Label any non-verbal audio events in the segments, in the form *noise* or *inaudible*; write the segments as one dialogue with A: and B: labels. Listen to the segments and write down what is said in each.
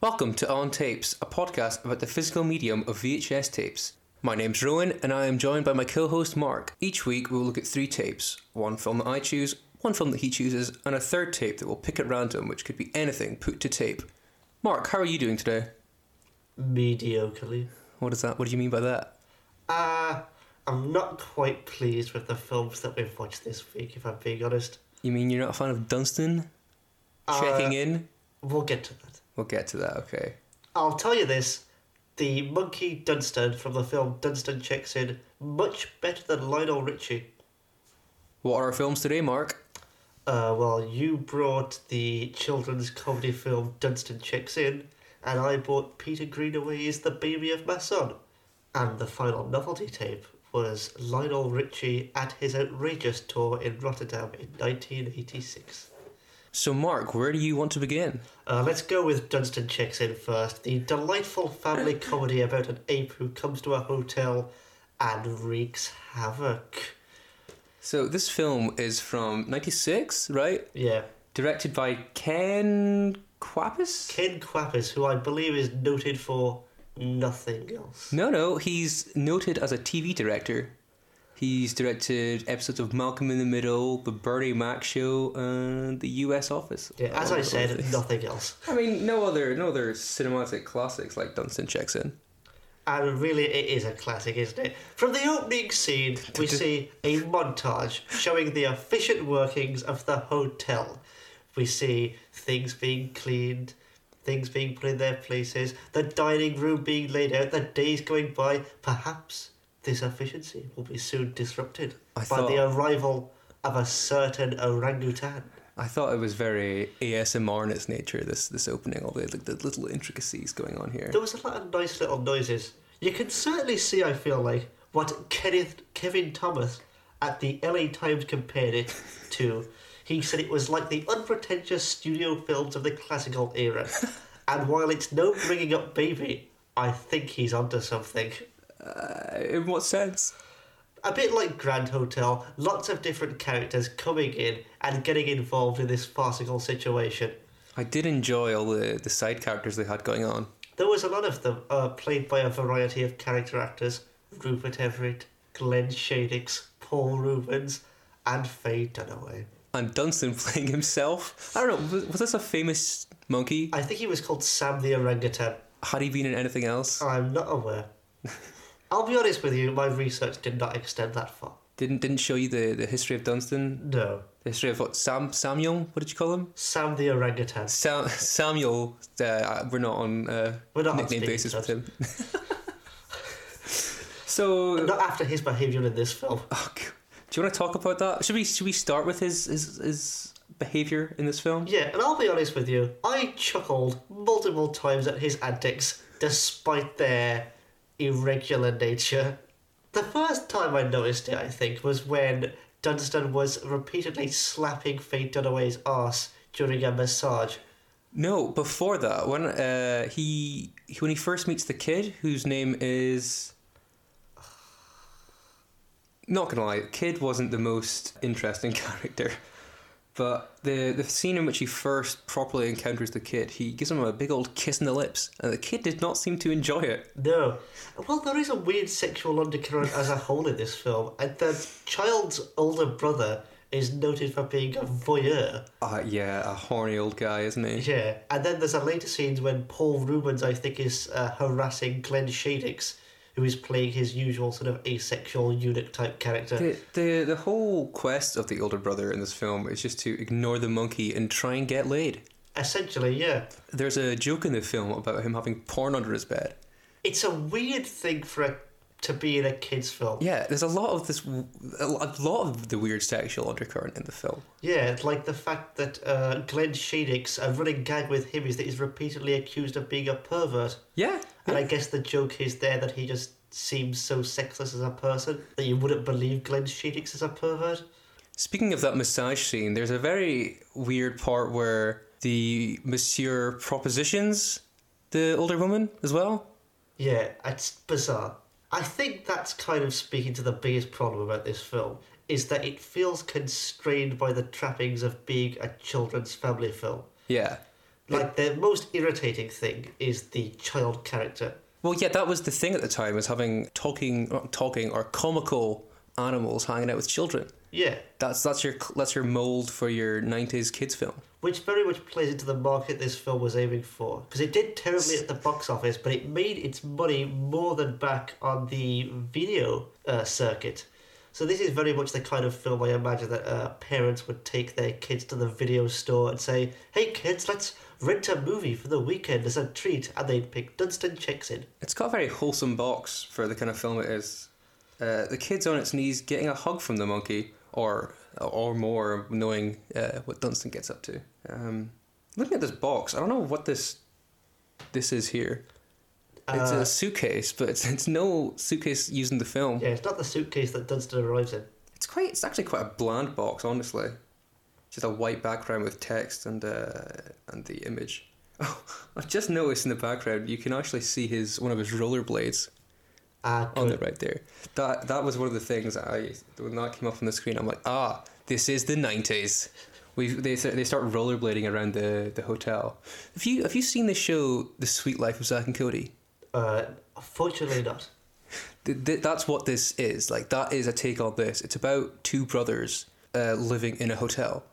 A: Welcome to On Tapes, a podcast about the physical medium of VHS tapes. My name's Rowan, and I am joined by my co host Mark. Each week, we'll look at three tapes one film that I choose, one film that he chooses, and a third tape that we'll pick at random, which could be anything put to tape. Mark, how are you doing today?
B: Mediocrely.
A: What is that? What do you mean by that?
B: Uh, I'm not quite pleased with the films that we've watched this week, if I'm being honest.
A: You mean you're not a fan of Dunstan? Checking in?
B: We'll get to that.
A: We'll get to that, okay.
B: I'll tell you this the monkey Dunstan from the film Dunstan Checks In, much better than Lionel Richie.
A: What are our films today, Mark?
B: Uh, well, you brought the children's comedy film Dunstan Checks In, and I bought Peter Greenaway's The Baby of My Son. And the final novelty tape was Lionel Richie at his outrageous tour in Rotterdam in 1986.
A: So, Mark, where do you want to begin?
B: Uh, let's go with Dunstan Checks In first, the delightful family comedy about an ape who comes to a hotel and wreaks havoc.
A: So, this film is from 96, right?
B: Yeah.
A: directed by Ken Quapis.
B: Ken Quapis, who I believe is noted for nothing else.
A: No, no, he's noted as a TV director. He's directed episodes of Malcolm in the Middle, The Bernie Mac Show, and The U.S. Office.
B: Yeah, as
A: All
B: I
A: those
B: said,
A: things.
B: nothing else.
A: I mean, no other, no other cinematic classics like Dunstan checks in.
B: And really, it is a classic, isn't it? From the
A: *laughs*
B: opening scene, we see a montage showing the efficient workings of the hotel. We see things being cleaned, things being put in their places, the dining room being laid out, the days going by. Perhaps this efficiency will be soon disrupted
A: I
B: by
A: thought-
B: the arrival of a certain orangutan.
A: I thought it was very ASMR in its nature. This this opening, all the like the little intricacies going on here.
B: There was a lot of nice little noises. You can certainly see, I feel like, what Kenneth Kevin Thomas at the LA Times compared it to. He said it was like the unpretentious studio films of the classical era. and while it's no bringing up baby, I think he's onto something.
A: Uh, in what sense?
B: A bit like Grand Hotel, lots of different characters coming in and getting involved in this farcical situation.
A: I did enjoy all the the side characters they had going on.
B: There was a lot of them uh, played by a variety of character actors Rupert Everett, Glenn Shadix, Paul Rubens, and Faye Dunaway.
A: and Dunstan *laughs* playing himself. I don't know. Was, was this a famous monkey?
B: I think he was called Sam the Orangutan.
A: Had he been in anything else?
B: I'm not aware. I'll be honest with you, my research did not extend that far.
A: Didn't didn't show you the, the history of Dunstan.
B: No.
A: The history of what Sam Samuel? What did you call him?
B: Sam the Orangutan.
A: Sam *laughs* Samuel. Uh, we're not on uh,
B: We're not on
A: nickname
B: speaking
A: basis with
B: terms. *laughs*
A: him. *laughs* so,
B: Not after his behaviour in this film.
A: oh, g- do you want to talk about that? Should we should we start with his his, his behavior in this film?
B: Yeah, and I'll be honest with you, I chuckled multiple times at his antics despite their irregular nature. The first time I noticed it, I think, was when Dunstan was repeatedly slapping Faye Dunaway's ass during a massage.
A: No, before that, when uh, he when he first meets the kid, whose name is not gonna lie, kid wasn't the most interesting *laughs* character. But the the scene in which he first properly encounters the kid, he gives him a big old kiss on the lips, and the kid did not seem to enjoy it.
B: No. Well, there is a weird sexual undercurrent as a whole in this film, and the child's older brother is noted for being a voyeur.
A: Uh, yeah, a horny old guy, isn't he?
B: Yeah, and then there's a later scenes when Paul Rubens, I think, is uh, harassing Glenn Shadix, who is playing his usual sort of asexual eunuch type character.
A: The, the the whole quest of the older brother in this film is just to ignore the monkey and try and get laid.
B: Essentially, yeah.
A: There's a joke in the film about him having porn under his bed.
B: It's a weird thing for a, to be in a kid's film.
A: Yeah, there's a lot of this, a lot of the weird sexual undercurrent in the film.
B: Yeah, it's like the fact that uh, Glenn Shadix, a running gag with him is that he's repeatedly accused of being a pervert.
A: Yeah,
B: And I guess the joke is there that he just seems so sexless as a person that you wouldn't believe Glenn Shadix is a pervert.
A: Speaking of that massage scene, there's a very weird part where the monsieur propositions the older woman as well.
B: Yeah, it's bizarre. I think that's kind of speaking to the biggest problem about this film is that it feels constrained by the trappings of being a children's family film.
A: Yeah,
B: Like the most irritating thing is the child character.
A: Well, yeah, that was the thing at the time was having talking, not talking or comical animals hanging out with children.
B: Yeah,
A: That's that's your that's your mold for your '90s kids film.
B: which very much plays into the market this film was aiming for because it did terribly at the box office, but it made its money more than back on the video uh, circuit. So this is very much the kind of film I imagine that uh, parents would take their kids to the video store and say, "Hey kids, let's rent a movie for the weekend as a treat," and they'd pick Dunstan Chicks in.
A: It's got a very wholesome box for the kind of film it is. Uh, the kid's on its knees getting a hug from the monkey, or or more, knowing uh, what Dunstan gets up to. Um, looking at this box, I don't know what this this is here. It's
B: Uh,
A: a suitcase, but it's, it's no suitcase using the film.
B: Yeah, it's not the suitcase that Dunstan arrives in.
A: It's quite. It's actually quite a bland box, honestly. Just a white background with text and uh, and the image. *laughs* Oh, I just noticed in the background you can actually see his one of his rollerblades
B: Uh,
A: on it right there. That that was one of the things that I when that came up on the screen. I'm like, ah, this is the nineties. We they they start rollerblading around the, the hotel. Have you have you seen the show The Sweet Life of Zack and Cody?
B: uh, fortunately not.
A: Th- th- that's what this is. Like that is a take on this. It's about two brothers uh, living in a hotel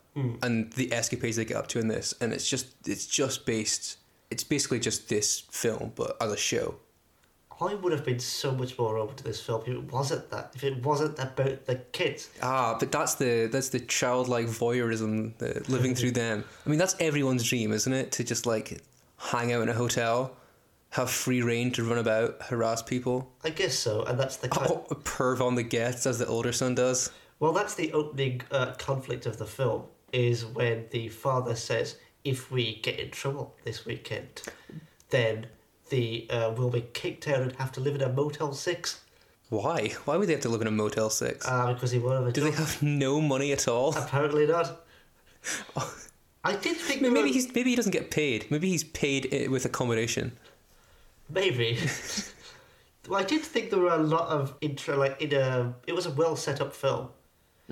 A: and the escapades they get up to in this. And it's just it's just based. It's basically just this film, but as a show.
B: I would have been so much more open to this film if it wasn't that. If it wasn't about the kids.
A: Ah, but that's the that's the childlike voyeurism, the living through them. I mean, that's everyone's dream, isn't it? To just like hang out in a hotel, have free reign to run about, harass people,
B: I guess so, and that's the kind.
A: oh, perv on the guests as the older son does.
B: Well, that's the opening uh, conflict of the film is when the father says, "If we get in trouble this weekend, then the uh, we'll be kicked out and have to live in a Motel Six
A: Why? Why would they have to live in a Motel Six?
B: uh, because he won't have a
A: Do they
B: job."
A: have no money at all?
B: Apparently
A: *laughs*
B: not. I did
A: Oh. Maybe,
B: think there
A: maybe
B: were-
A: he's maybe he doesn't get paid. Maybe he's paid uh, with accommodation.
B: *laughs* Maybe. well, I did think there were a lot of intro, like in a. It was a well set up film.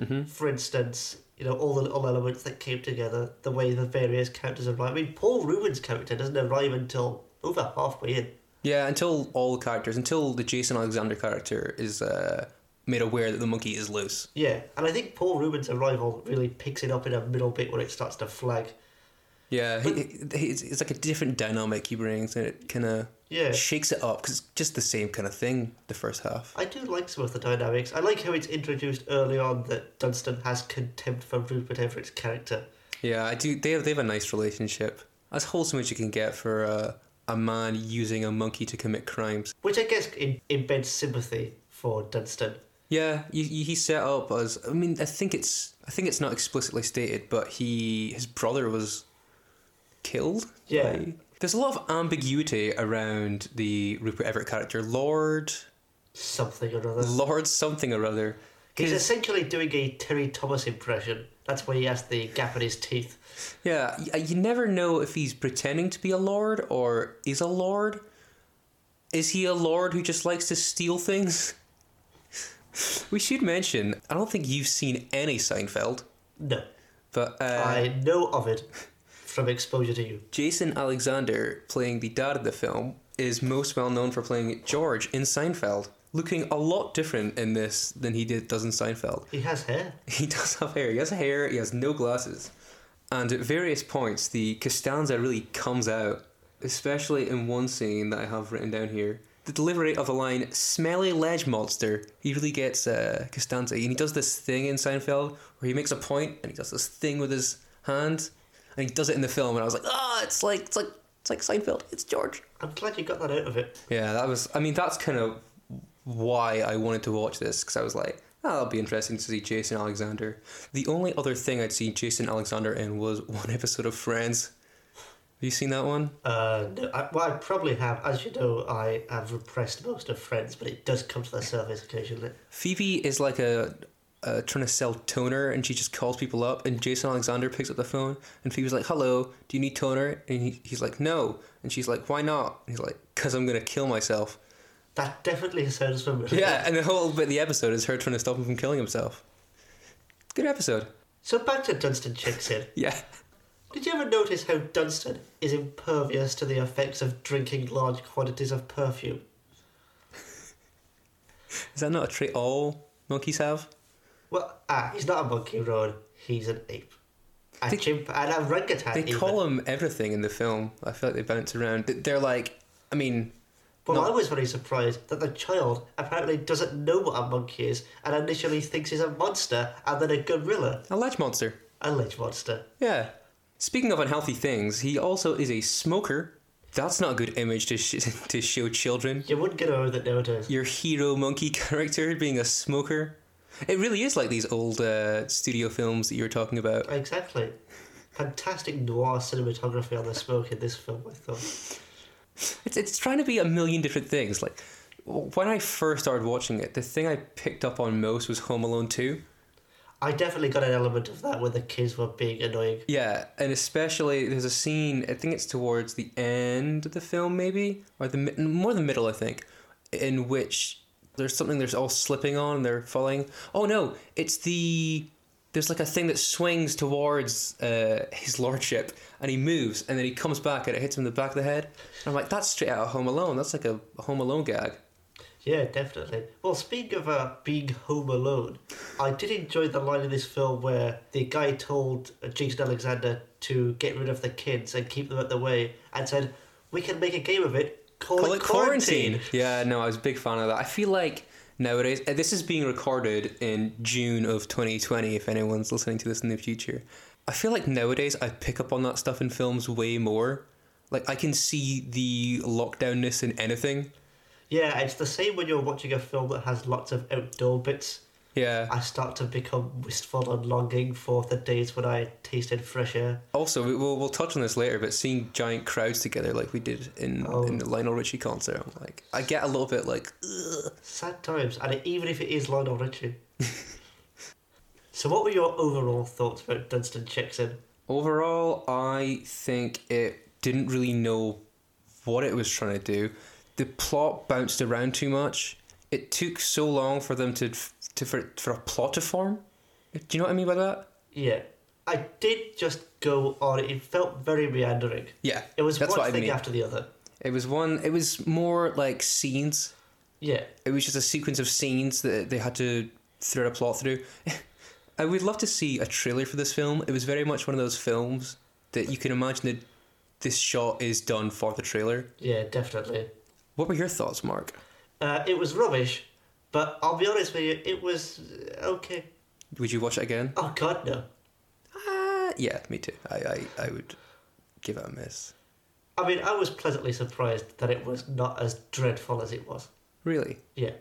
B: Mm-hmm. For instance, you know all the little elements that came together, the way the various characters arrive. I mean, Paul Rubin's character doesn't arrive until over halfway in.
A: Yeah, until all the characters, until the Jason Alexander character is uh, made aware that the monkey is loose.
B: Yeah, and I think Paul Rubin's arrival really picks it up in a middle bit when it starts to flag.
A: Yeah, he, he, it's, it's like a different dynamic he brings, and it kind of
B: Yeah.
A: shakes it up because it's just the same kind of thing the first half.
B: I do like some of the dynamics. I like how it's introduced early on that Dunstan has contempt for Rupert Everett's character.
A: Yeah, I do. They have they have a nice relationship, as wholesome as you can get for uh, a man using a monkey to commit crimes.
B: Which I guess in- embeds sympathy for Dunstan.
A: Yeah, you, you, he's set up as. I mean, I think it's. I think it's not explicitly stated, but he his brother was killed.
B: Yeah.
A: by- there's a lot of ambiguity around the Rupert Everett character, Lord *laughs*
B: Something or other.
A: Lord something or other.
B: He's
A: 'Cause-
B: essentially doing a Terry Thomas impression. That's why he has the gap in his teeth.
A: yeah, you, you never know if he's pretending to be a lord or is a lord. Is he a lord who just likes to steal things? *laughs* we should mention. I don't think you've seen any Seinfeld,
B: No,
A: but uh,
B: I know of it from exposure to you.
A: Jason Alexander, playing the dad of the film, is most well known for playing George in Seinfeld, looking a lot different in this than he did does in Seinfeld.
B: He has hair.
A: *laughs* He does have hair. He has hair. He has no glasses, and at various points, the Costanza really comes out, especially in one scene that I have written down here. The delivery of the line "smelly ledge monster," he really gets uh, Costanza, and he does this thing in Seinfeld where he makes a point and he does this thing with his hand, and he does it in the film, and I was like, "Ah, it's like it's like it's like Seinfeld. It's George."
B: I'm glad you got that out of it.
A: Yeah, that was. I mean, that's kind of why I wanted to watch this because I was like, oh, that'll be interesting to see Jason Alexander. The only other thing I'd seen Jason Alexander in was *laughs* one episode of Friends. Have you seen that one?
B: Uh, no, I, well, I probably have. As you know, I have repressed most of Friends, but it does come to the surface occasionally.
A: Phoebe is like a. Uh, trying to sell toner and she just calls people up and Jason Alexander picks up the phone and Phoebe's like hello do you need toner and he, he's like no and she's like why not and he's like because I'm gonna kill myself
B: That definitely sounds familiar.
A: yeah and the whole bit of the episode is her trying to stop him from killing himself good episode
B: So back to Dunstan Chickson.
A: yeah
B: Did you ever notice how Dunstan is impervious to the effects of drinking large quantities of perfume?
A: Is that not a trait all monkeys have?
B: Well, ah, he's not a monkey, Rowan. He's an ape. A
A: They-
B: chimp and a orangutan.
A: They
B: even.
A: call him everything in the film. I feel like they bounce around. Th- They're like, I mean,
B: Well,
A: No.
B: I was very surprised that the child apparently doesn't know what a monkey is and initially thinks he's a monster and then a gorilla,
A: a ledge monster.
B: a ledge monster.
A: Yeah. Speaking of unhealthy things, he also is a smoker. That's not a good image to sh- *laughs* to show children.
B: You wouldn't get away with it nowadays.
A: Your hero monkey *laughs* character being a smoker. It really is like these old uh, studio films that you were talking about.
B: Exactly. Fantastic noir cinematography on the smoke in this film, I thought.
A: It's it's trying to be a million different things. Like when I first started watching it, the thing I picked up on most was Home Alone 2.
B: I definitely got an element of that when the kids were being annoying.
A: Yeah, and especially there's a scene. I think it's towards the end of the film, maybe, or the mi- more the middle, I think, in which there's something they're all slipping on. They're falling. Oh no, it's the there's like a thing that swings towards uh, his lordship, and he moves, and then he comes back, and it hits him in the back of the head. And I'm like, that's straight out of Home Alone. That's like a Home Alone gag.
B: Yeah, definitely. Well, speaking of uh, being home alone, I did enjoy the line in this film where the guy told uh, Jason Alexander to get rid of the kids and keep them at the way, and said, "We can make a game of it. Call,
A: Call
B: it
A: it
B: quarantine."
A: quarantine. Yeah, no, I was a big fan of that. I feel like nowadays, uh, this is being recorded in June of 2020, if anyone's listening to this in the future. I feel like nowadays I pick up on that stuff in films way more. Like, I can see the lockdownness in anything.
B: Yeah, it's the same when you're watching a film that has lots of outdoor bits.
A: Yeah.
B: I start to become wistful and longing for the days when I tasted fresh air.
A: Also, we- we'll, we'll touch on this later, but seeing giant crowds together like we did in,
B: Oh.
A: in the Lionel Richie concert, I'm like, I get a little bit like, Ugh.
B: Sad times, and even if it is
A: *laughs*
B: Lionel Richie. so, what were your overall thoughts about Dunstan checks in?
A: Overall, I think it didn't really know what it was trying to do. The plot bounced around too much. It took so long for them to to for, for a plot to form. Do you know what I mean by that?
B: Yeah. I did just go on. It felt very meandering.
A: Yeah,
B: It was
A: That's
B: one
A: what I
B: thing
A: mean.
B: after the other.
A: it was one. It was more like scenes.
B: Yeah.
A: It was just a sequence of scenes that they had to thread a plot through. *laughs* I would love to see a trailer for this film. It was very much one of those films that you can imagine that this shot is done for the trailer.
B: Yeah, definitely.
A: What were your thoughts, Mark?
B: Uh, it was rubbish, but I'll be honest with you, it was uh, okay.
A: Would you watch it again?
B: Oh, God, no.
A: Uh, yeah, me too. I, I, I would give it a miss.
B: I mean, I was pleasantly surprised that it was not as dreadful as it was.
A: Really?
B: Yeah.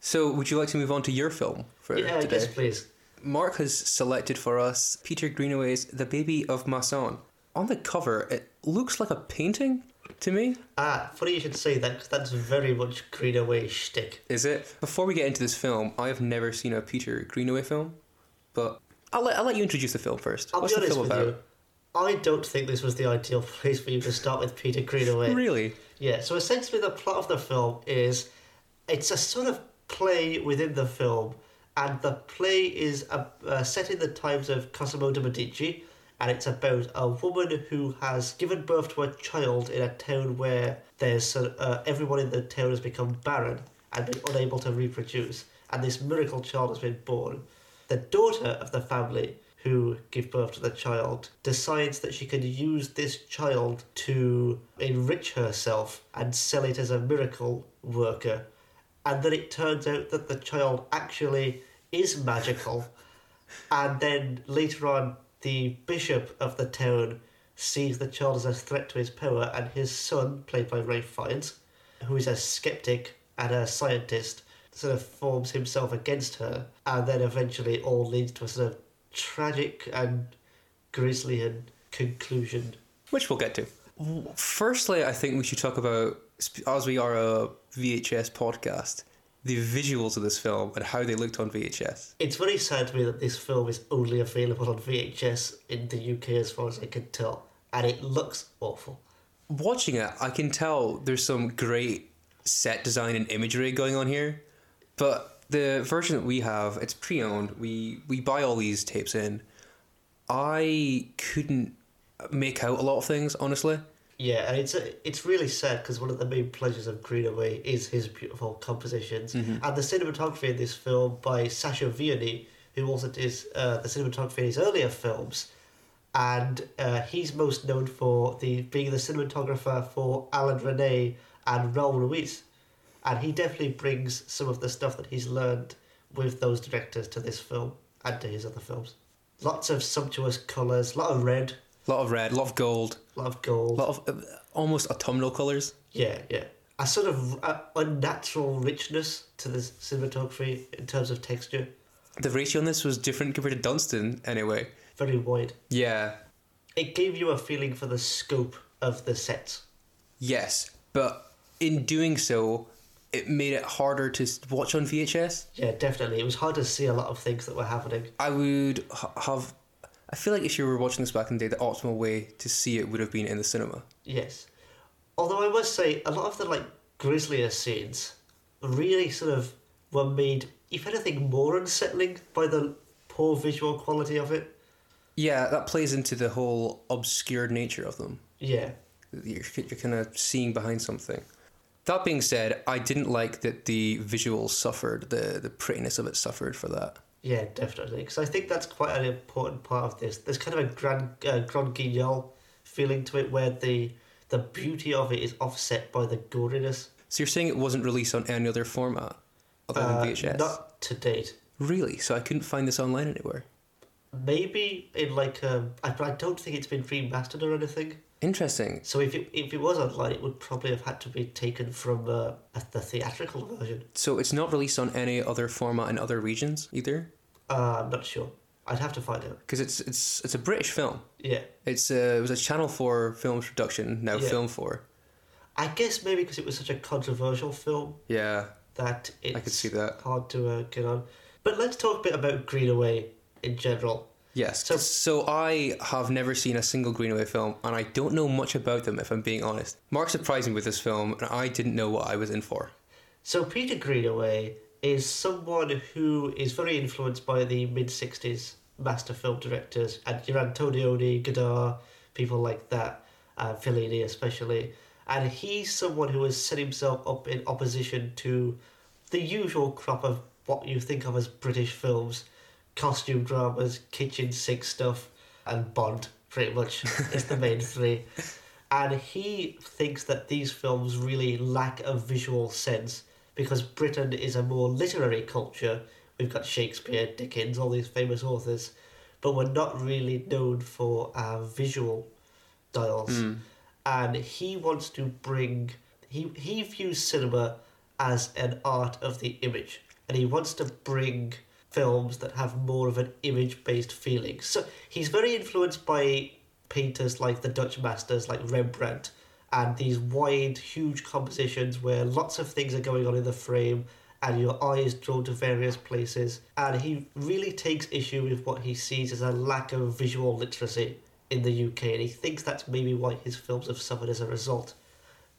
A: So, would you like to move on to your film for
B: Yeah,
A: today?
B: yes, please.
A: Mark has selected for us Peter Greenaway's The Baby of Masson. On the cover, it looks like a painting to me.
B: Ah, funny you should say that, 'cause that's very much Greenaway shtick.
A: Is it? Before we get into this film, I have never seen a Peter Greenaway film, but I'll let, I'll let you introduce the film 1st
B: I'll
A: What's
B: be
A: the
B: honest
A: film
B: with
A: about?
B: you. I don't think this was the ideal *laughs* place for you to start with Peter Greenaway.
A: Really?
B: Yeah, so essentially the plot of the film is it's a sort of play within the film, and the play is uh, uh, set in the times of Cosimo de' Medici, and it's about a woman who has given birth to a child in a town where there's uh, everyone in the town has become barren and been unable to reproduce, and this miracle child has been born. The daughter of the family who give birth to the child decides that she can use this child to enrich herself and sell it as a miracle worker. And then it turns out that the child actually is magical. and then later on, the bishop of the town sees the child as a threat to his power, and his son, played by Ray Fiennes, who is a skeptic and a scientist, sort of forms himself against her, and then eventually it all leads to a sort of tragic and grisly and conclusion.
A: which we'll get to. Firstly, I think we should talk about, sp- as we are a VHS podcast, the visuals of this film and how they looked on VHS.
B: It's very sad to me that this film is only available on VHS in the UK, as far as I can tell, and it looks awful.
A: Watching it, I can tell there's some great set design and imagery going on here, but the version that we have, it's pre-owned. We we buy all these tapes in. I couldn't make out a lot of things, honestly.
B: Yeah, and it's it's really sad because one of the main pleasures of Greenaway is his beautiful compositions and the cinematography in this film by Sasha Vianney, who also did uh, the cinematography in his earlier films, and uh, he's most known for the being the cinematographer for Alan Rene and Raul Ruiz, and he definitely brings some of the stuff that he's learned with those directors to this film and to his other films. Lots of sumptuous colours, a lot of red,
A: A lot of red, a lot of gold,
B: a lot of
A: a
B: gold.
A: lot of uh, almost autumnal colours.
B: Yeah, yeah. A sort of uh, unnatural richness to the cinematography in terms of texture.
A: The ratio on this was different compared to Dunstan, anyway.
B: Very wide.
A: Yeah,
B: It gave you a feeling for the scope of the sets.
A: yes, but in doing so, it made it harder to s- watch on VHS.
B: Yeah, definitely. It was hard to see a lot of things that were happening.
A: I would h- have. I feel like if you were watching this back in the day, the optimal way to see it would have been in the cinema.
B: Yes. Although I must say, a lot of the like grislier scenes really sort of were made, if anything, more unsettling by the poor visual quality of it.
A: Yeah, that plays into the whole obscured nature of them.
B: Yeah.
A: You're, you're kind of seeing behind something. That being said, I didn't like that the visuals suffered, the, the prettiness of it suffered for that.
B: Yeah, definitely. Because I think that's quite an important part of this. There's kind of a grand, uh, grand guignol feeling to it, where the the beauty of it is offset by the goriness.
A: So you're saying it wasn't released on any other format other than
B: Uh,
A: VHS?
B: Not to date.
A: Really? So I couldn't find this online anywhere.
B: Maybe in like um, I, but I don't think it's been remastered or anything.
A: Interesting.
B: So if it if it was online, it would probably have had to be taken from uh, the theatrical version.
A: So it's not released on any other format in other regions either,
B: Uh, I'm not sure. I'd have to find out.
A: because it's it's it's a British film.
B: Yeah.
A: It's a, it was a Channel Four film production, now
B: Yeah.
A: Film Four.
B: I guess maybe because it was such a controversial film,
A: Yeah,
B: that it's
A: I could see that.
B: hard to uh, get on. But let's talk a bit about Greenaway in general.
A: Yes.
B: So-
A: So, I have never seen a single Greenaway film, and I don't know much about them, if I'm being honest. Mark surprised me with this film, and I didn't know what I was in for.
B: So Peter Greenaway is someone who is very influenced by the mid '60s master film directors and your Antonioni, Godard, people like that, uh, Fellini especially. And he's someone who has set himself up in opposition to the usual crop of what you think of as British films, costume dramas, kitchen sink stuff, and Bond, pretty much, is the main three. And he thinks that these films really lack a visual sense because Britain is a more literary culture. We've got Shakespeare, Dickens, all these famous authors, but we're not really known for our visual dials. And he wants to bring, he, he views cinema as an art of the image, and he wants to bring films that have more of an image based feeling. So he's very influenced by painters like the Dutch masters, like Rembrandt, and these wide, huge compositions where lots of things are going on in the frame and your eye is drawn to various places. And he really takes issue with what he sees as a lack of visual literacy in the UK, and he thinks that's maybe why his films have suffered as a result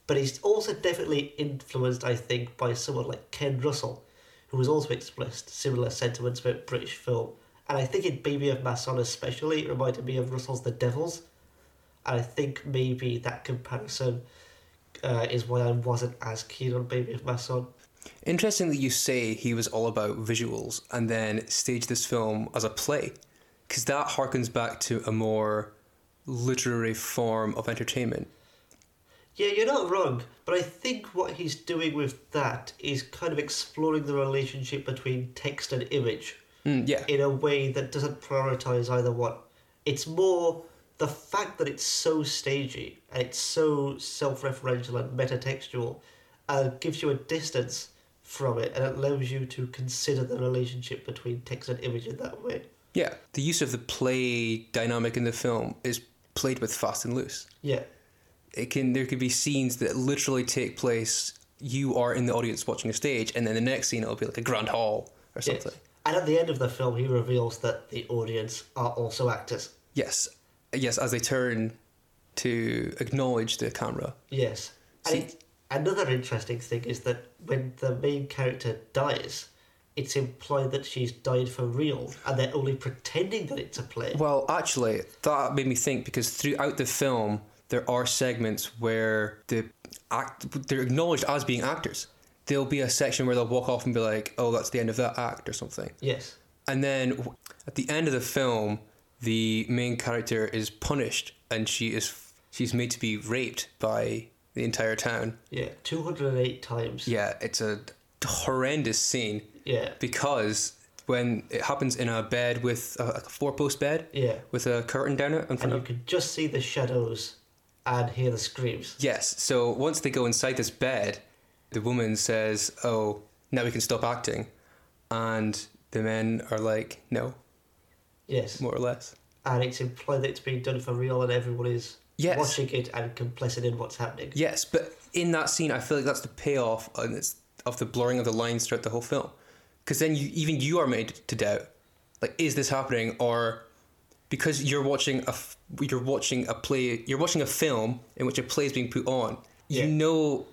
B: but he's also definitely influenced, I think, by someone like Ken Russell, who has also expressed similar sentiments about British film. And I think in Baby of Masson especially, it reminded me of Russell's The Devils. And I think maybe that comparison uh, is why I wasn't as keen on Baby of Masson.
A: Interesting that you say he was all about visuals and then staged this film as a play, because that harkens back to a more literary form of entertainment.
B: Yeah, you're not wrong, but I think what he's doing with that is kind of exploring the relationship between text and image.
A: Mm, yeah.
B: in a way that doesn't prioritize either one. It's more the fact that it's so stagey and it's so self-referential and metatextual uh, gives you a distance from it and it allows you to consider the relationship between text and image in that way.
A: Yeah. The use of the play dynamic in the film is played with fast and loose.
B: Yeah,
A: It can there could be scenes that literally take place you are in the audience watching a stage and then the next scene it'll be like a grand hall or
B: yes.
A: something.
B: And at the end of the film, he reveals that the audience are also actors.
A: Yes. Yes, as they turn to acknowledge the camera.
B: Yes. And
A: See-
B: it- another interesting thing is that when the main character dies, it's implied that she's died for real, and they're only pretending that it's a play.
A: Well, actually, that made me think because throughout the film, there are segments where the act they're acknowledged as being actors. There'll be a section where they'll walk off and be like, "Oh, that's the end of that act" or something.
B: Yes.
A: And then w- at the end of the film, the main character is punished, and she is she's made to be raped by the entire town.
B: Yeah. Two hundred and eight times.
A: Yeah, it's a horrendous scene
B: Yeah.
A: because when it happens in a bed with a, like a four post bed
B: Yeah.
A: with a curtain down it in front
B: And you
A: of.
B: can just see the shadows and hear the screams.
A: Yes, so once they go inside this bed, the woman says, "Oh, now we can stop acting," and the men are like, "No,
B: Yes.
A: more or less."
B: And it's implied that it's being done for real, and everyone is
A: Yes.
B: watching it and complicit in what's happening.
A: Yes, but in that scene, I feel like that's the payoff and it's of the blurring of the lines throughout the whole film, because then you, even you are made to doubt, like, is this happening or because you're watching a f- you're watching a play you're watching a film in which a play is being put on.
B: Yeah.
A: You know,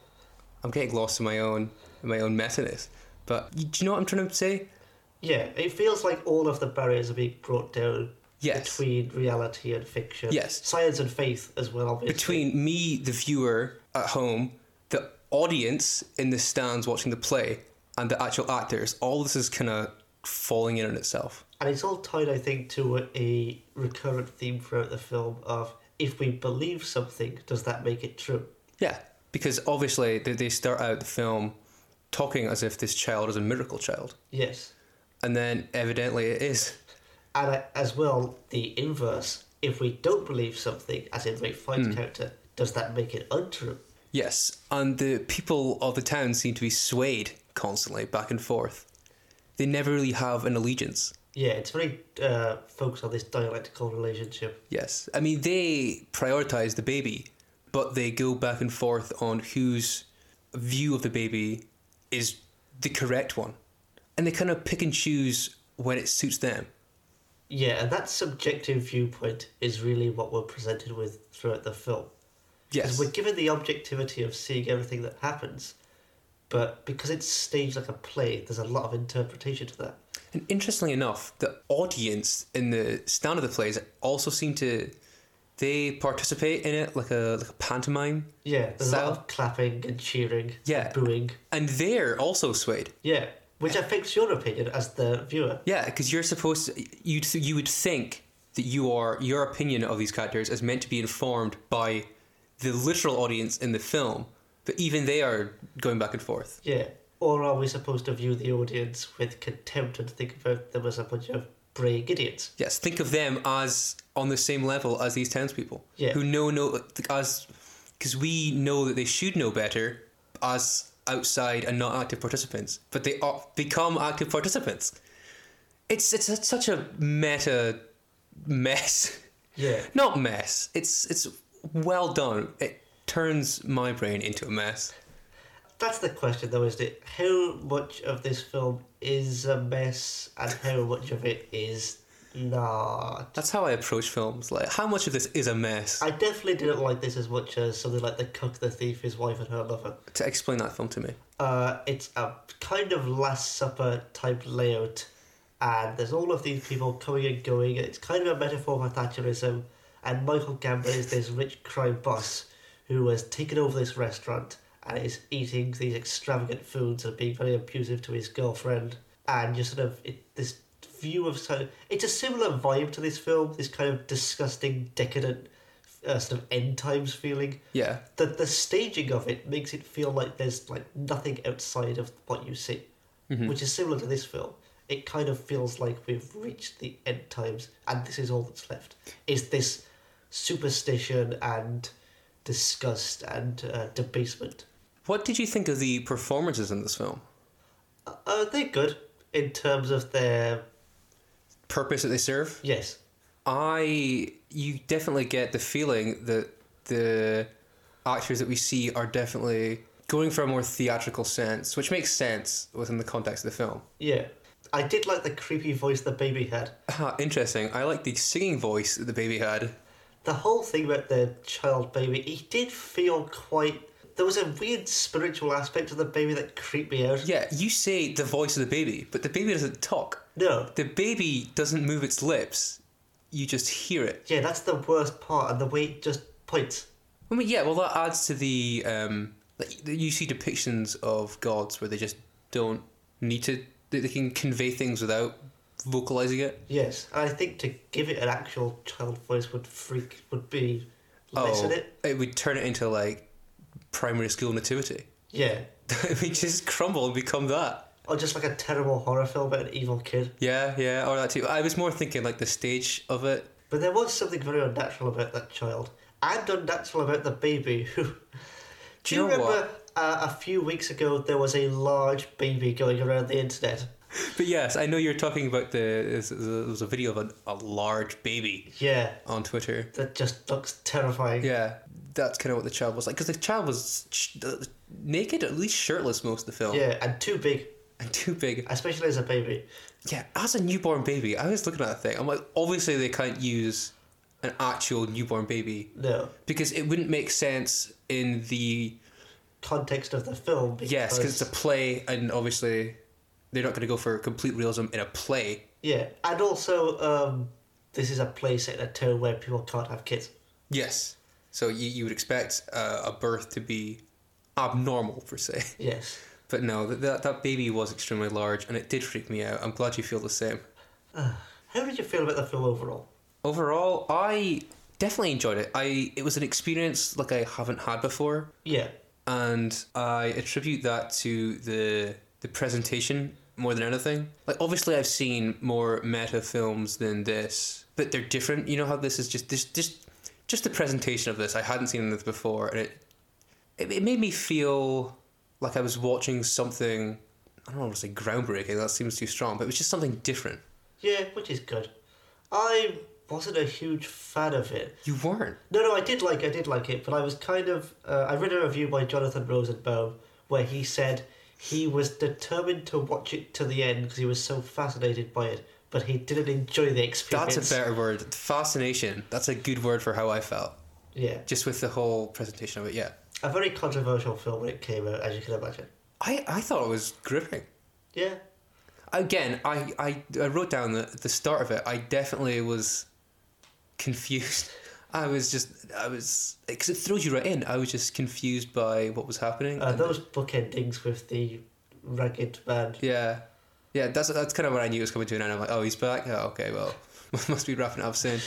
A: I'm getting lost in my own in my own messiness, but you, do you know what I'm trying to say?
B: Yeah, it feels like all of the barriers are being brought down
A: Yes.
B: between reality and fiction.
A: Yes.
B: Science and faith as well, obviously.
A: between me, the viewer at home, the audience in the stands watching the play, and the actual actors, all this is kind of falling in on itself.
B: And it's all tied, I think, to a recurrent theme throughout the film of if we believe something, does that make it true?
A: Yeah, because obviously they, they start out the film talking as if this child is a miracle child,
B: Yes.
A: and then evidently it is.
B: And uh, as well, the inverse if we don't believe something, as in Ray Fine's
A: Hmm.
B: character, does that make it untrue?
A: Yes, and the people of the town seem to be swayed constantly back and forth. They never really have an allegiance.
B: Yeah, it's very uh, focused on this dialectical relationship.
A: Yes. I mean, they prioritize the baby, but they go back and forth on whose view of the baby is the correct one. And they kind of pick and choose when it suits them.
B: Yeah, and that subjective viewpoint is really what we're presented with throughout the film. Because
A: Yes.
B: we're given the objectivity of seeing everything that happens, but because it's staged like a play, there's a lot of interpretation to that.
A: And interestingly enough, the audience in the stand of the plays also seem to. They participate in it like a like a pantomime,
B: Yeah, there's a lot
A: So-
B: of clapping and cheering,
A: Yeah.
B: booing.
A: and they're also swayed.
B: Yeah, which affects your opinion as the viewer.
A: Yeah, because you're supposed to, you you would think that you are your opinion of these characters is meant to be informed by the literal audience in the film, but even they are going back and forth.
B: Yeah. Or are we supposed to view the audience with contempt and think about them as a bunch of braying idiots?
A: Yes, think of them as on the same level as these townspeople
B: Yeah.
A: who know no as because we know that they should know better as outside and not active participants, but they are, become active participants. It's it's such a meta mess. *laughs*
B: Yeah.
A: not mess. It's it's well done. It turns my brain into a mess.
B: That's the question, though, isn't it? How much of this film is a mess and how much of it is not?
A: That's how I approach films. Like, how much of this is a mess?
B: I definitely didn't like this as much as something like The Cook, the Thief, His Wife, and Her Lover.
A: to explain that film to me.
B: Uh, it's a kind of Last Supper type layout, and there's all of these people coming and going, and it's kind of a metaphor for Thatcherism. And Michael Gambon is this rich crime boss who has taken over this restaurant and is eating these extravagant foods and being very abusive to his girlfriend. And you sort of it, this view of so it's a similar vibe to this film, this kind of disgusting, decadent, uh, sort of end times feeling
A: Yeah,
B: the the staging of it makes it feel like there's like nothing outside of what you see, which is similar to this film. It kind of feels like we've reached the end times, and this is all that's left. Is this superstition and disgust and uh, debasement?
A: What did you think of the performances in this film?
B: Uh, they're good in terms of their
A: Purpose that they serve.
B: yes,
A: I you definitely get the feeling that the actors that we see are definitely going for a more theatrical sense, which makes sense within the context of the film.
B: yeah. I did like the creepy voice the baby had.
A: Ah, interesting. I like the singing voice that the baby had.
B: the whole thing about the child baby, he did feel quite there was a weird spiritual aspect to the baby that creeped me out.
A: Yeah, you say the voice of the baby, but the baby doesn't talk.
B: No.
A: The baby doesn't move its lips. You just hear it.
B: Yeah, that's the worst part, and the way it just points.
A: I mean, yeah, well, that adds to the. Um, like, you see depictions of gods where they just don't need to. They they can convey things without vocalizing it.
B: Yes, and I think to give it an actual child voice would freak would be less
A: Oh,
B: in it.
A: it would turn it into like primary school nativity. *laughs*
B: Yeah,
A: it would just crumble and become that.
B: or just like a terrible horror film about an evil kid.
A: Yeah, yeah, or that too. I was more thinking like the stage of it.
B: But there was something very unnatural about that child, and unnatural about the baby. *laughs* Who? Do you,
A: know
B: remember Uh, a few weeks ago there was a large baby going around the internet?
A: But yes, I know you're talking about the. There was a video of a, a large baby
B: Yeah,
A: on Twitter.
B: that just looks terrifying.
A: Yeah, that's kind of what the child was like. Because the child was sh- uh, naked, at least shirtless most of the film.
B: Yeah, and too big,
A: And too big.
B: especially as a baby.
A: Yeah, as a newborn baby, I was looking at that thing. I'm like, obviously they can't use an actual newborn baby
B: No,
A: because it wouldn't make sense in the
B: context of the film. Because,
A: Yes, because it's a play, and obviously they're not going to go for complete realism in a play.
B: yeah, and also um, this is a place in a town where people can't have kids.
A: Yes. So you, you would expect uh, a birth to be abnormal, per se. *laughs*
B: Yes. *sighs*
A: But no, th- that, that baby was extremely large, and it did freak me out. I'm glad you feel the same.
B: How did you feel about the film overall?
A: Overall, I definitely enjoyed it. I It was an experience like I haven't had before,
B: Yeah,
A: and I attribute that to the the presentation more than anything. Like obviously I've seen more meta films than this, but they're different. You know how this is just this just just the presentation of this. I hadn't seen this before, and it it, it made me feel like I was watching something. I don't want to say groundbreaking. That seems too strong, but it was just something different.
B: yeah, which is good. I wasn't a huge fan of it.
A: You weren't.
B: No, no, I did like, I did like it, but I was kind of. Uh, I read a review by Jonathan Rosenbaum where he said he was determined to watch it to the end because he was so fascinated by it, but he didn't enjoy the experience.
A: That's a better word. Fascination. That's a good word for how I felt.
B: Yeah,
A: Just with the whole presentation of it. Yeah.
B: a very controversial film when it came out, as you can imagine.
A: I, I thought it was gripping.
B: Yeah,
A: again I, I i wrote down the the start of it i definitely was confused *laughs* i was just i was because it throws you right in i was just confused by what was happening
B: uh,
A: and-
B: those book endings with the ragged man.
A: yeah yeah that's that's kind of what i knew was coming to an end i'm like oh he's back oh, okay well *laughs* must be wrapping it up soon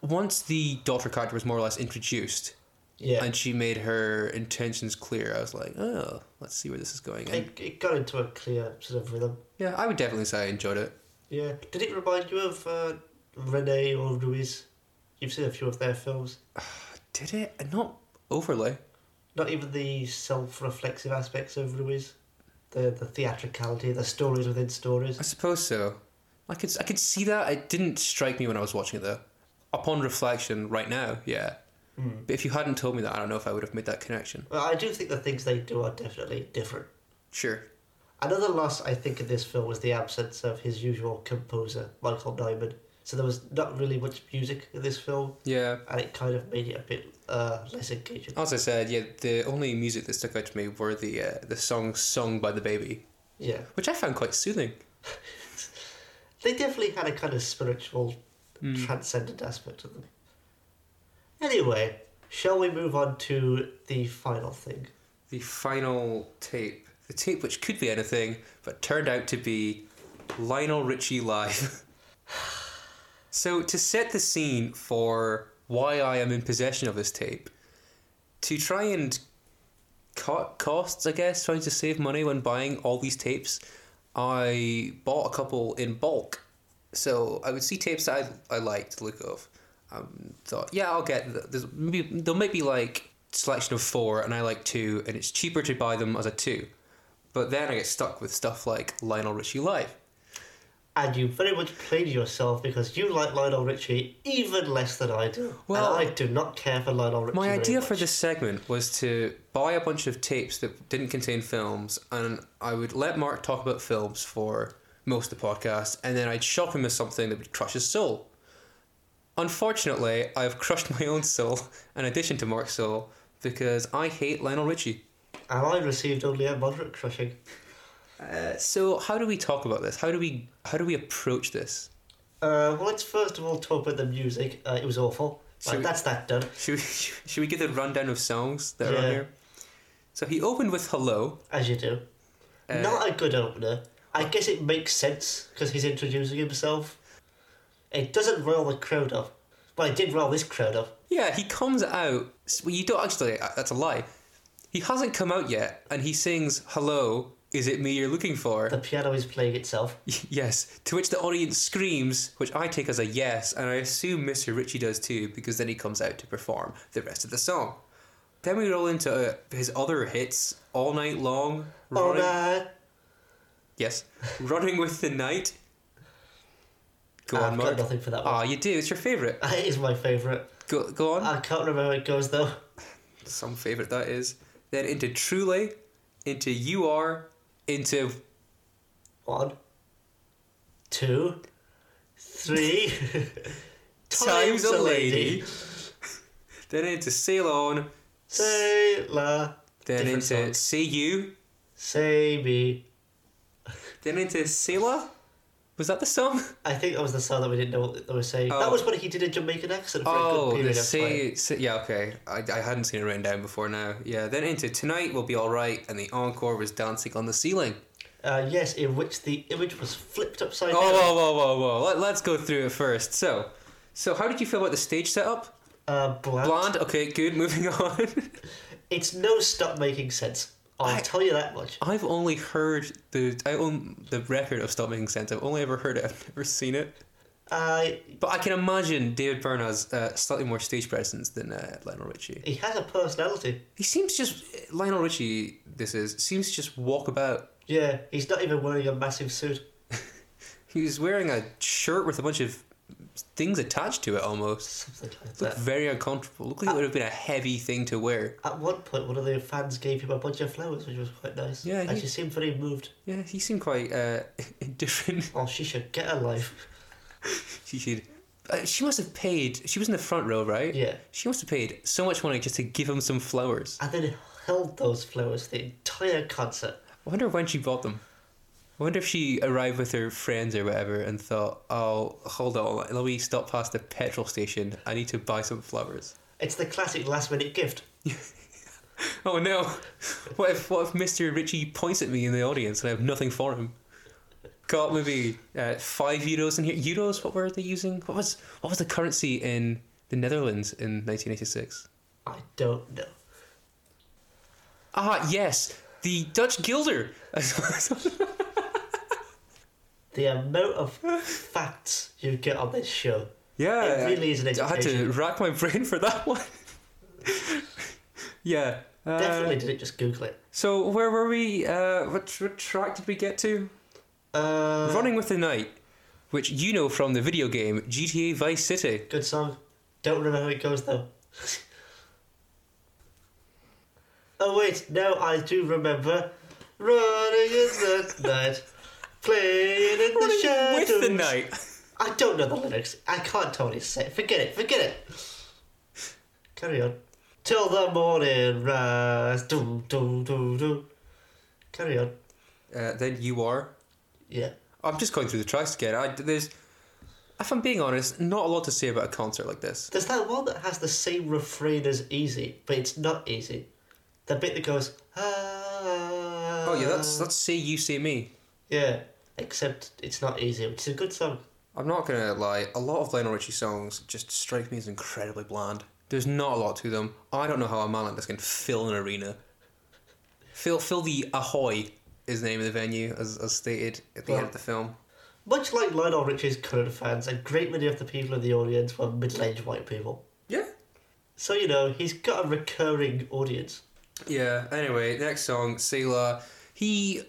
A: once the daughter character was more or less introduced
B: Yeah,
A: and she made her intentions clear i was like oh let's see where this is going and
B: it, it got into a clear sort of rhythm.
A: yeah i would definitely say i enjoyed it
B: Yeah. Did it remind you of uh, Rene or Ruiz? You've seen a few of their films.
A: did it not overly
B: Not even the self-reflexive aspects of Ruiz, the the theatricality, the stories within stories.
A: I suppose so. I could I could see that. It didn't strike me when I was watching it though. Upon reflection, right now, yeah.
B: Mm.
A: But if you hadn't told me that, I don't know if I would have made that connection.
B: Well, I do think the things they do are definitely different.
A: Sure.
B: Another loss I think in this film was the absence of his usual composer, Michael Nyman. So there was not really much music in this film,
A: Yeah.
B: and it kind of made it a bit uh, less engaging.
A: As I said, yeah, the only music that stuck out to me were the uh, the songs sung by the baby,
B: Yeah.
A: which I found quite soothing.
B: They definitely had a kind of spiritual,
A: Mm.
B: transcendent aspect to them. Anyway, shall we move on to the final thing?
A: The final tape, the tape which could be anything, but turned out to be Lionel Richie live. *sighs* so to set the scene for why I am in possession of this tape, to try and cut costs, I guess, trying to save money when buying all these tapes, I bought a couple in bulk. So I would see tapes that I, I liked the look of. Um, thought, yeah, I'll get th- there's maybe there might be like selection of four, and I like two, and it's cheaper to buy them as a two. But then I get stuck with stuff like Lionel Richie live.
B: And you very much played yourself because you like Lionel Richie even less than I do.
A: Well-
B: and I do not care for Lionel Richie.
A: My
B: very
A: idea for
B: much.
A: this segment was to buy a bunch of tapes that didn't contain films, and I would let Mark talk about films for most of the podcast, and then I'd shock him with something that would crush his soul. Unfortunately, I've crushed my own soul in addition to Mark's soul because I hate Lionel Richie.
B: And I received only a moderate crushing.
A: Uh, so how do we talk about this? How do we how do we approach this?
B: Uh, well, let's first of all talk about the music. Uh, it was awful.
A: So-
B: Like, that's that done.
A: Should we, *laughs* should we get the rundown of songs that are on
B: Yeah.
A: here? So he opened with "Hello."
B: As you do.
A: Uh,
B: Not a good opener. I guess it makes sense because he's introducing himself. It doesn't roll the crowd up. Well, it did roll this crowd up.
A: Yeah, he comes out. Well, you don't actually. uh, That's a lie. He hasn't come out yet, and he sings "Hello." Is it me you're looking for?
B: The piano is playing itself.
A: *laughs* Yes, to which the audience screams, which I take as a yes, and I assume Mr. Ritchie does too, because then he comes out to perform the rest of the song. Then we roll into uh, his other hits, All Night Long,
B: Oh,
A: Running,
B: no.
A: yes, Running with the Night. Go on,
B: I've got
A: Mark.
B: nothing for that one. *laughs*
A: Ah, you do. It's your favourite.
B: It is my favourite.
A: Go, go on.
B: I can't remember how it goes though.
A: Some favourite that is. Then into Truly, into You Are, into
B: One, two,
A: *laughs*
B: three.
A: Time's a Lady, *laughs* then into Sail On,
B: Say la.
A: then
B: Different
A: into
B: songs.
A: See You,
B: Say me.
A: Then into Sela? Was that the song?
B: I think that was the song that we didn't know what they were saying.
A: Oh.
B: That was when he did a Jamaican accent for a
A: Oh,
B: good
A: the
B: period of time.
A: say, say, yeah, okay. I, I hadn't seen it written down before now. Yeah, then into Tonight Will Be Alright, and the encore was Dancing on the Ceiling.
B: Uh, yes, in which the image was flipped upside
A: Oh,
B: down.
A: whoa, whoa, whoa, whoa. Let, let's go through it first. So, so how did you feel about the stage setup?
B: Uh, bland.
A: Blonde? Okay, good, *laughs* moving on.
B: It's no stop making sense. I'll
A: I-
B: tell you that much.
A: I've only heard the I own the record of Stop Making Sense. I've only ever heard it. *laughs* I've never seen it.
B: I
A: But I can imagine David Byrne has uh, slightly more stage presence than uh, Lionel Richie.
B: he has a personality.
A: He seems to just Lionel Richie. This is seems to just walk about.
B: Yeah, he's not even wearing a massive suit.
A: He's wearing a shirt with a bunch of things attached to it. Almost
B: Something like
A: looked
B: that.
A: very uncomfortable. Looked like it would have been a heavy thing to wear.
B: At one point, one of the fans gave him a bunch of flowers, which was quite nice.
A: Yeah,
B: and
A: he-
B: she seemed very moved.
A: Yeah, he seemed quite uh, *laughs* indifferent. *laughs*
B: Oh, she should get a life.
A: She should. Uh, she must have paid. She was in the front row, right?
B: Yeah,
A: She must have paid so much money just to give him some flowers.
B: and then held those flowers the entire concert.
A: I wonder when she bought them. I wonder if she arrived with her friends or whatever and thought, "Oh, hold on, let me stop past the petrol station. I need to buy some flowers."
B: It's the classic last-minute gift.
A: Oh no! *laughs* What if what if Mister Ritchie points at me in the audience and I have nothing for him? Got maybe uh, five euros in here. Euros? What were they using? What was what was the currency in the Netherlands in 1986?
B: I don't know.
A: Ah, yes, the Dutch *laughs* guilder.
B: The amount
A: *laughs*
B: of facts you get on this show.
A: yeah,
B: It really is an
A: I had to
B: education.
A: rack my brain for that one. *laughs* yeah. uh,
B: Definitely didn't just Google it.
A: So where were we? Uh, what, what track did we get to?
B: Uh,
A: Running with the Night, which you know from the video game GTA Vice City.
B: Good song. Don't remember how it goes though. *laughs* oh wait, no, I do remember. Running in the night, playing in the
A: Running
B: shadows.
A: with the Night.
B: I don't know the lyrics. I can't totally say. it. Forget it. Forget it. Carry on. Till the morning rise. Doo, doo, doo, doo. Carry on.
A: Uh, then you are.
B: Yeah.
A: I'm just going through the tracks again. I, there's, if I'm being honest, not a lot to say about a concert like this.
B: There's that one that has the same refrain as Easy, but it's not Easy. The bit that goes, ah.
A: Oh yeah, that's that's "See You, See Me."
B: Yeah, except it's not Easy, which is a good song.
A: I'm not gonna lie. A lot of Lionel Richie songs just strike me as incredibly bland. There's not a lot to them. I don't know how a man like this can fill an arena. Fill fill the Ahoy is the name of the venue, as, as stated at the end of the film.
B: Much like Lionel Richie's current fans, a great many of the people in the audience were middle aged white people.
A: Yeah.
B: So, you know, he's got a recurring audience.
A: Yeah. Anyway, next song, Selah. He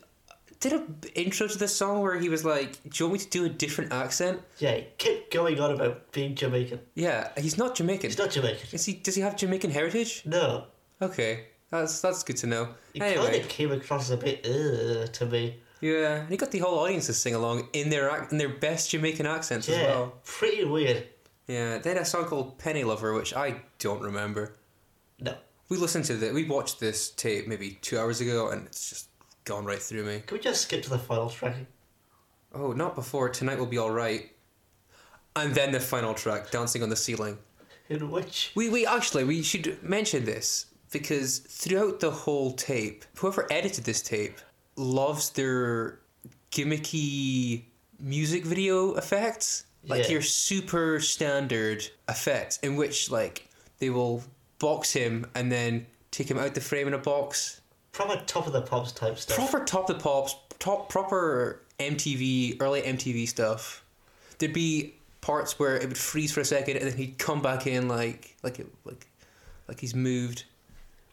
A: did a intro to this song where he was like, "Do you want me to do a different accent?"
B: Yeah, he kept going on about being Jamaican.
A: Yeah, he's not Jamaican.
B: He's not Jamaican.
A: Is he? Does he have Jamaican heritage?
B: No.
A: Okay, that's that's good to know.
B: He kind
A: Anyway,
B: of came across as a bit uh, to me.
A: yeah, and he got the whole audience to sing along in their ac- in their best Jamaican accents
B: Yeah,
A: as well.
B: pretty weird.
A: Yeah, they had a song called Penny Lover, which I don't remember.
B: No.
A: we listened to that. We watched this tape maybe two hours ago, and it's just gone right through me.
B: Can we just skip to the final track?
A: Oh, not before tonight will be all right. And then the final track, "Dancing on the Ceiling."
B: In which
A: We we actually we should mention this because throughout the whole tape, whoever edited this tape loves their gimmicky music video effects, like
B: Yeah.
A: your super standard effects, in which like they will box him and then take him out the frame in a box.
B: proper top of the pops type stuff.
A: Proper top of the pops, top proper MTV early MTV stuff. There'd be parts where it would freeze for a second and then he'd come back in like like it like like he's moved.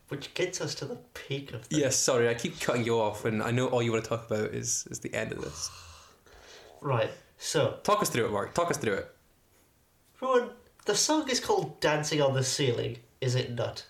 B: Which gets us to the peak of the
A: Yes, sorry, I keep cutting you off, and I know all you want to talk about is is the end of this.
B: Right. So,
A: Talk us through it, Mark. Talk us through it.
B: Rowan, the song is called Dancing on the Ceiling, is it not?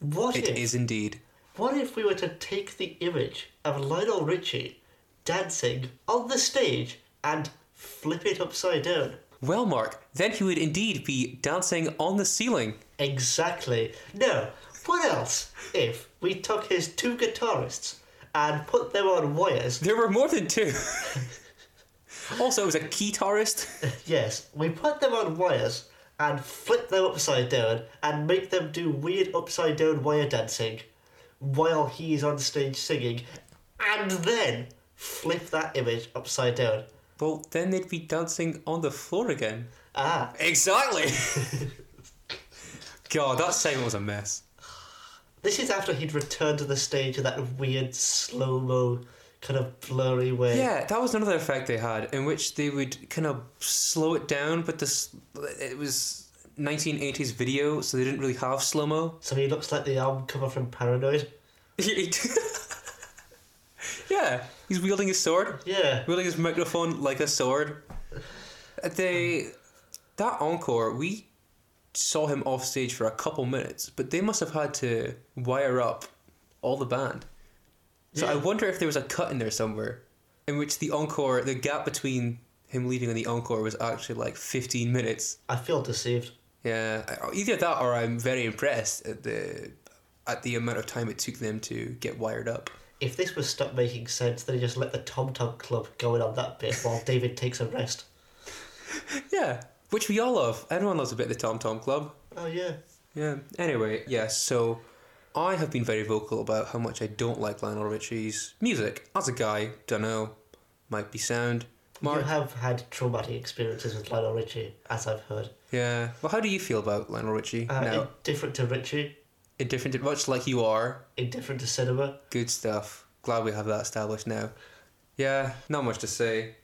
B: What
A: It
B: if
A: is indeed.
B: what if we were to take the image of Lionel Richie dancing on the stage and flip it upside down?
A: Well, Mark, then he would indeed be dancing on the ceiling.
B: Exactly. No, what else if we took his two guitarists and put them on wires?
A: There were more than two. *laughs* also, it was a guitarist. *laughs*
B: Yes, we put them on wires and flip them upside down and make them do weird upside down wire dancing while he's on stage singing and then flip that image upside down.
A: well, then they'd be dancing on the floor again.
B: Ah,
A: Exactly. *laughs* God, that segment was a mess.
B: this is after he'd returned to the stage in that weird slow mo kind of blurry way.
A: Yeah, that was another effect they had, in which they would kind of slow it down, but this it was 1980s video, so they didn't really have slow mo. *laughs*
B: So he looks like the album cover from Paranoid.
A: yeah, he's wielding his sword,
B: Yeah.
A: wielding his microphone like a sword. They that encore, we saw him off stage for a couple minutes, but they must have had to wire up all the band. So I
B: Yeah.
A: wonder if there was a cut in there somewhere, in which the encore, the gap between him leaving and the encore was actually like fifteen minutes.
B: I feel deceived.
A: Yeah, I- either that or I'm very impressed at the at the amount of time it took them to get wired up.
B: If this was stuck making sense, then he just let the Tom Tom Club go in on that bit while David takes a rest.
A: Yeah, which we all love. Everyone loves a bit of the Tom Tom Club.
B: Oh yeah.
A: Yeah. Anyway, yeah, so I have been very vocal about how much I don't like Lionel Richie's music. As a guy, dunno, might be sound.
B: You
A: Mark,
B: have had traumatic experiences with Lionel Richie, as I've heard.
A: yeah. Well, how do you feel about Lionel Richie
B: Uh,
A: now?
B: Indifferent to Richie,
A: Indifferent, much like you are.
B: indifferent to cinema.
A: Good stuff. Glad we have that established now. Yeah, not much to say.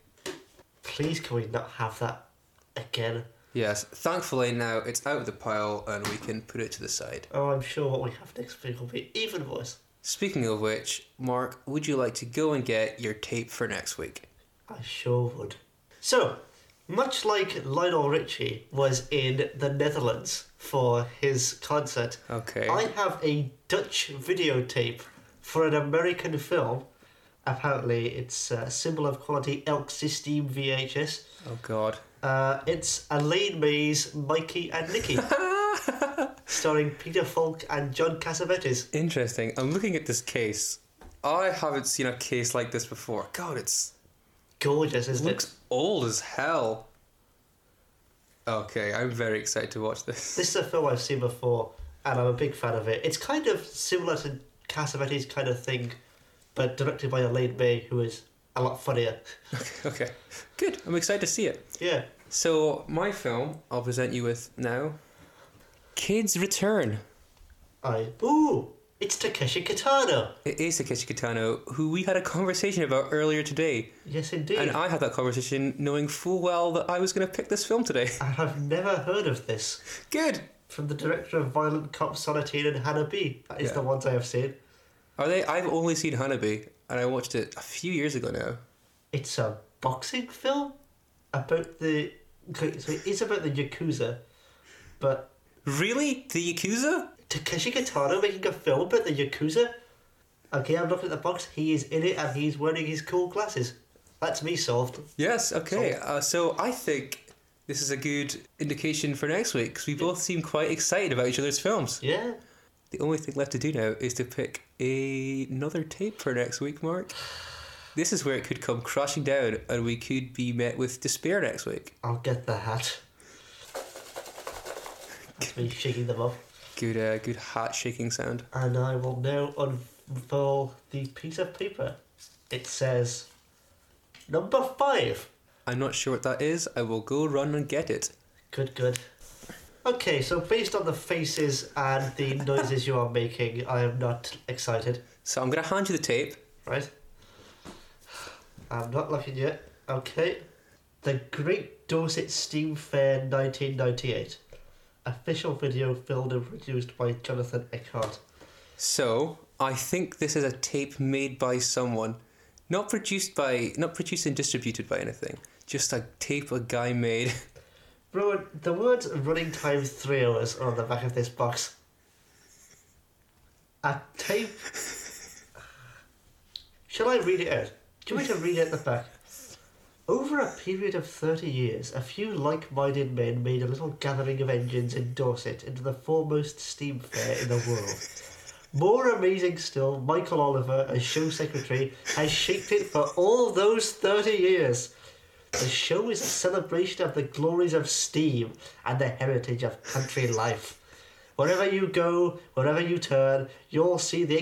B: Please, can we not have that again?
A: Yes, thankfully now it's out of the pile and we can put it to the side.
B: Oh, I'm sure what we have next week will be even worse.
A: Speaking of which, Mark, would you like to go and get your tape for next week?
B: I sure would. So, much like Lionel Richie was in the Netherlands for his concert,
A: Okay.
B: I have a Dutch videotape for an American film. Apparently, it's a symbol of quality Elk System VHS.
A: Oh god.
B: Uh, it's Elaine Mays, Mikey,
A: *laughs*
B: and Nikki, Uh, starring Peter Falk and John Cassavetes.
A: Interesting. I'm looking at this case. I haven't seen a case like this before. God, it's
B: Gorgeous, isn't it?
A: looks old as hell. Okay, I'm very excited to watch this. *laughs*
B: This is a film I've seen before, and I'm a big fan of it. It's kind of similar to Cassavetes' kind of thing, but directed by Elaine May, who is a
A: *laughs*
B: lot funnier.
A: Okay, good. I'm excited to see it.
B: Yeah.
A: So, my film I'll present you with now Kids Return.
B: I. Ooh! It's Takeshi Kitano!
A: It is Takeshi Kitano, who we had a conversation about earlier today,
B: Yes, indeed.
A: and uh, I had that conversation knowing full well that I was going to pick this film today. *laughs*
B: I have never heard of this.
A: Good.
B: From the director of Violent Cop Sonatine and Hannah B. That is
A: Yeah.
B: the ones I have seen.
A: Are they? I've only seen Hanabi, and I watched it a few years ago now.
B: It's a boxing film about the. okay, So it is about the Yakuza, but
A: Really? The Yakuza?
B: Takeshi Kitano making a film about the Yakuza? Okay, I'm looking at the box. He is in it and he's wearing his cool glasses. That's me solved.
A: Yes, okay. Uh, so I think this is a good indication for next week because we both seem quite excited about each other's films.
B: Yeah.
A: The only thing left to do now is to pick a- another tape for next week, Mark. This is where it could come crashing down and we could be met with despair next week.
B: I'll get the hat. That's me shaking them off.
A: Good, uh, good hat shaking sound.
B: And I will now unfold the piece of paper. It says number five.
A: I'm not sure what that is. I will go run and get it.
B: Good, good. Okay, so based on the faces and the noises you are making, I am not excited,
A: So I'm going to hand you the tape.
B: right? I'm not looking yet. Okay. The Great Dorset Steam Fair 1998. Official video filmed and produced by Jonathan Eckhart.
A: So I think this is a tape made by someone, not produced by, not produced and distributed by anything. Just a tape a guy made. *laughs*
B: Rowan, the words running time three hours are on the back of this box. A tape. Shall I read it out? Do you want me to read it at the back? Over a period of 30 years, a few like minded men made a little gathering of engines in Dorset into the foremost steam fair in the world. More amazing still, Michael Oliver, as show secretary, has shaped it for all those 30 years. The show is a celebration of the glories of steam and the heritage of country life. Wherever you go, wherever you turn, you'll see the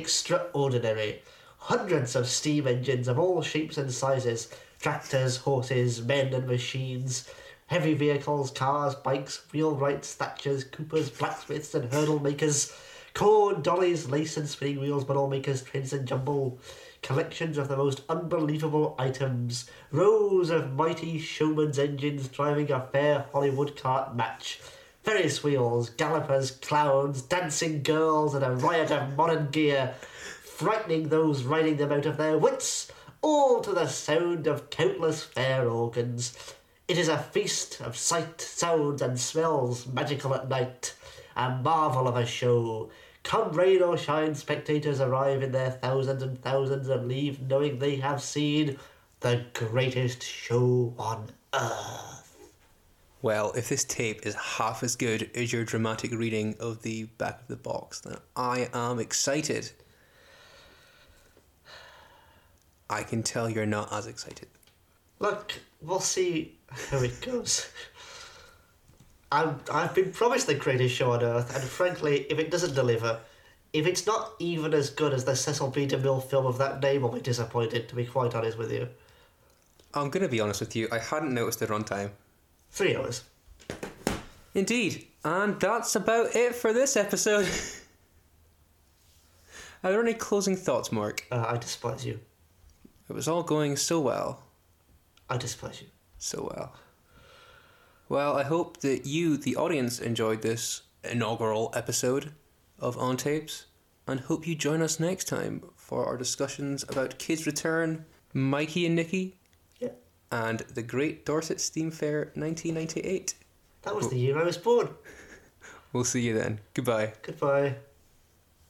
B: extraordinary. Hundreds of steam engines of all shapes and sizes tractors, horses, men, and machines, heavy vehicles, cars, bikes, wheelwrights, thatchers, coopers, blacksmiths, and hurdle makers, corn, dollies, lace, and spinning wheels, bottle makers, trains, and jumble collections of the most unbelievable items, rows of mighty showman's engines driving a fair Hollywood cart match, Ferris wheels, gallopers, clowns, dancing girls, and a riot of modern gear, frightening those riding them out of their wits, all to the sound of countless fair organs. It is a feast of sight, sounds, and smells, magical at night a marvel of a show. Come rain or shine, spectators arrive in their thousands and thousands and leave knowing they have seen the greatest show on earth.
A: Well, if this tape is half as good as your dramatic reading of the back of the box, then I am excited. I can tell you're not as excited.
B: Look, we'll see how it goes. I'm, I've been promised the greatest show on earth, and frankly, if it doesn't deliver, if it's not even as good as the Cecil B. DeMille film of that name, I'll be disappointed, to be quite honest with you.
A: I'm going to be honest with you, I hadn't noticed the runtime.
B: Three hours.
A: Indeed. And that's about it for this episode. *laughs* Are there any closing thoughts, Mark?
B: Uh, I despise you.
A: It was all going so well.
B: I despise you.
A: so well. Well, I hope that you, the audience, enjoyed this inaugural episode of On Tapes, and hope you join us next time for our discussions about Kids Return, Mikey and Nikki,
B: Yeah.
A: and the Great Dorset Steam Fair 1998.
B: That was the year I was born.
A: We'll see you then. Goodbye.
B: Goodbye.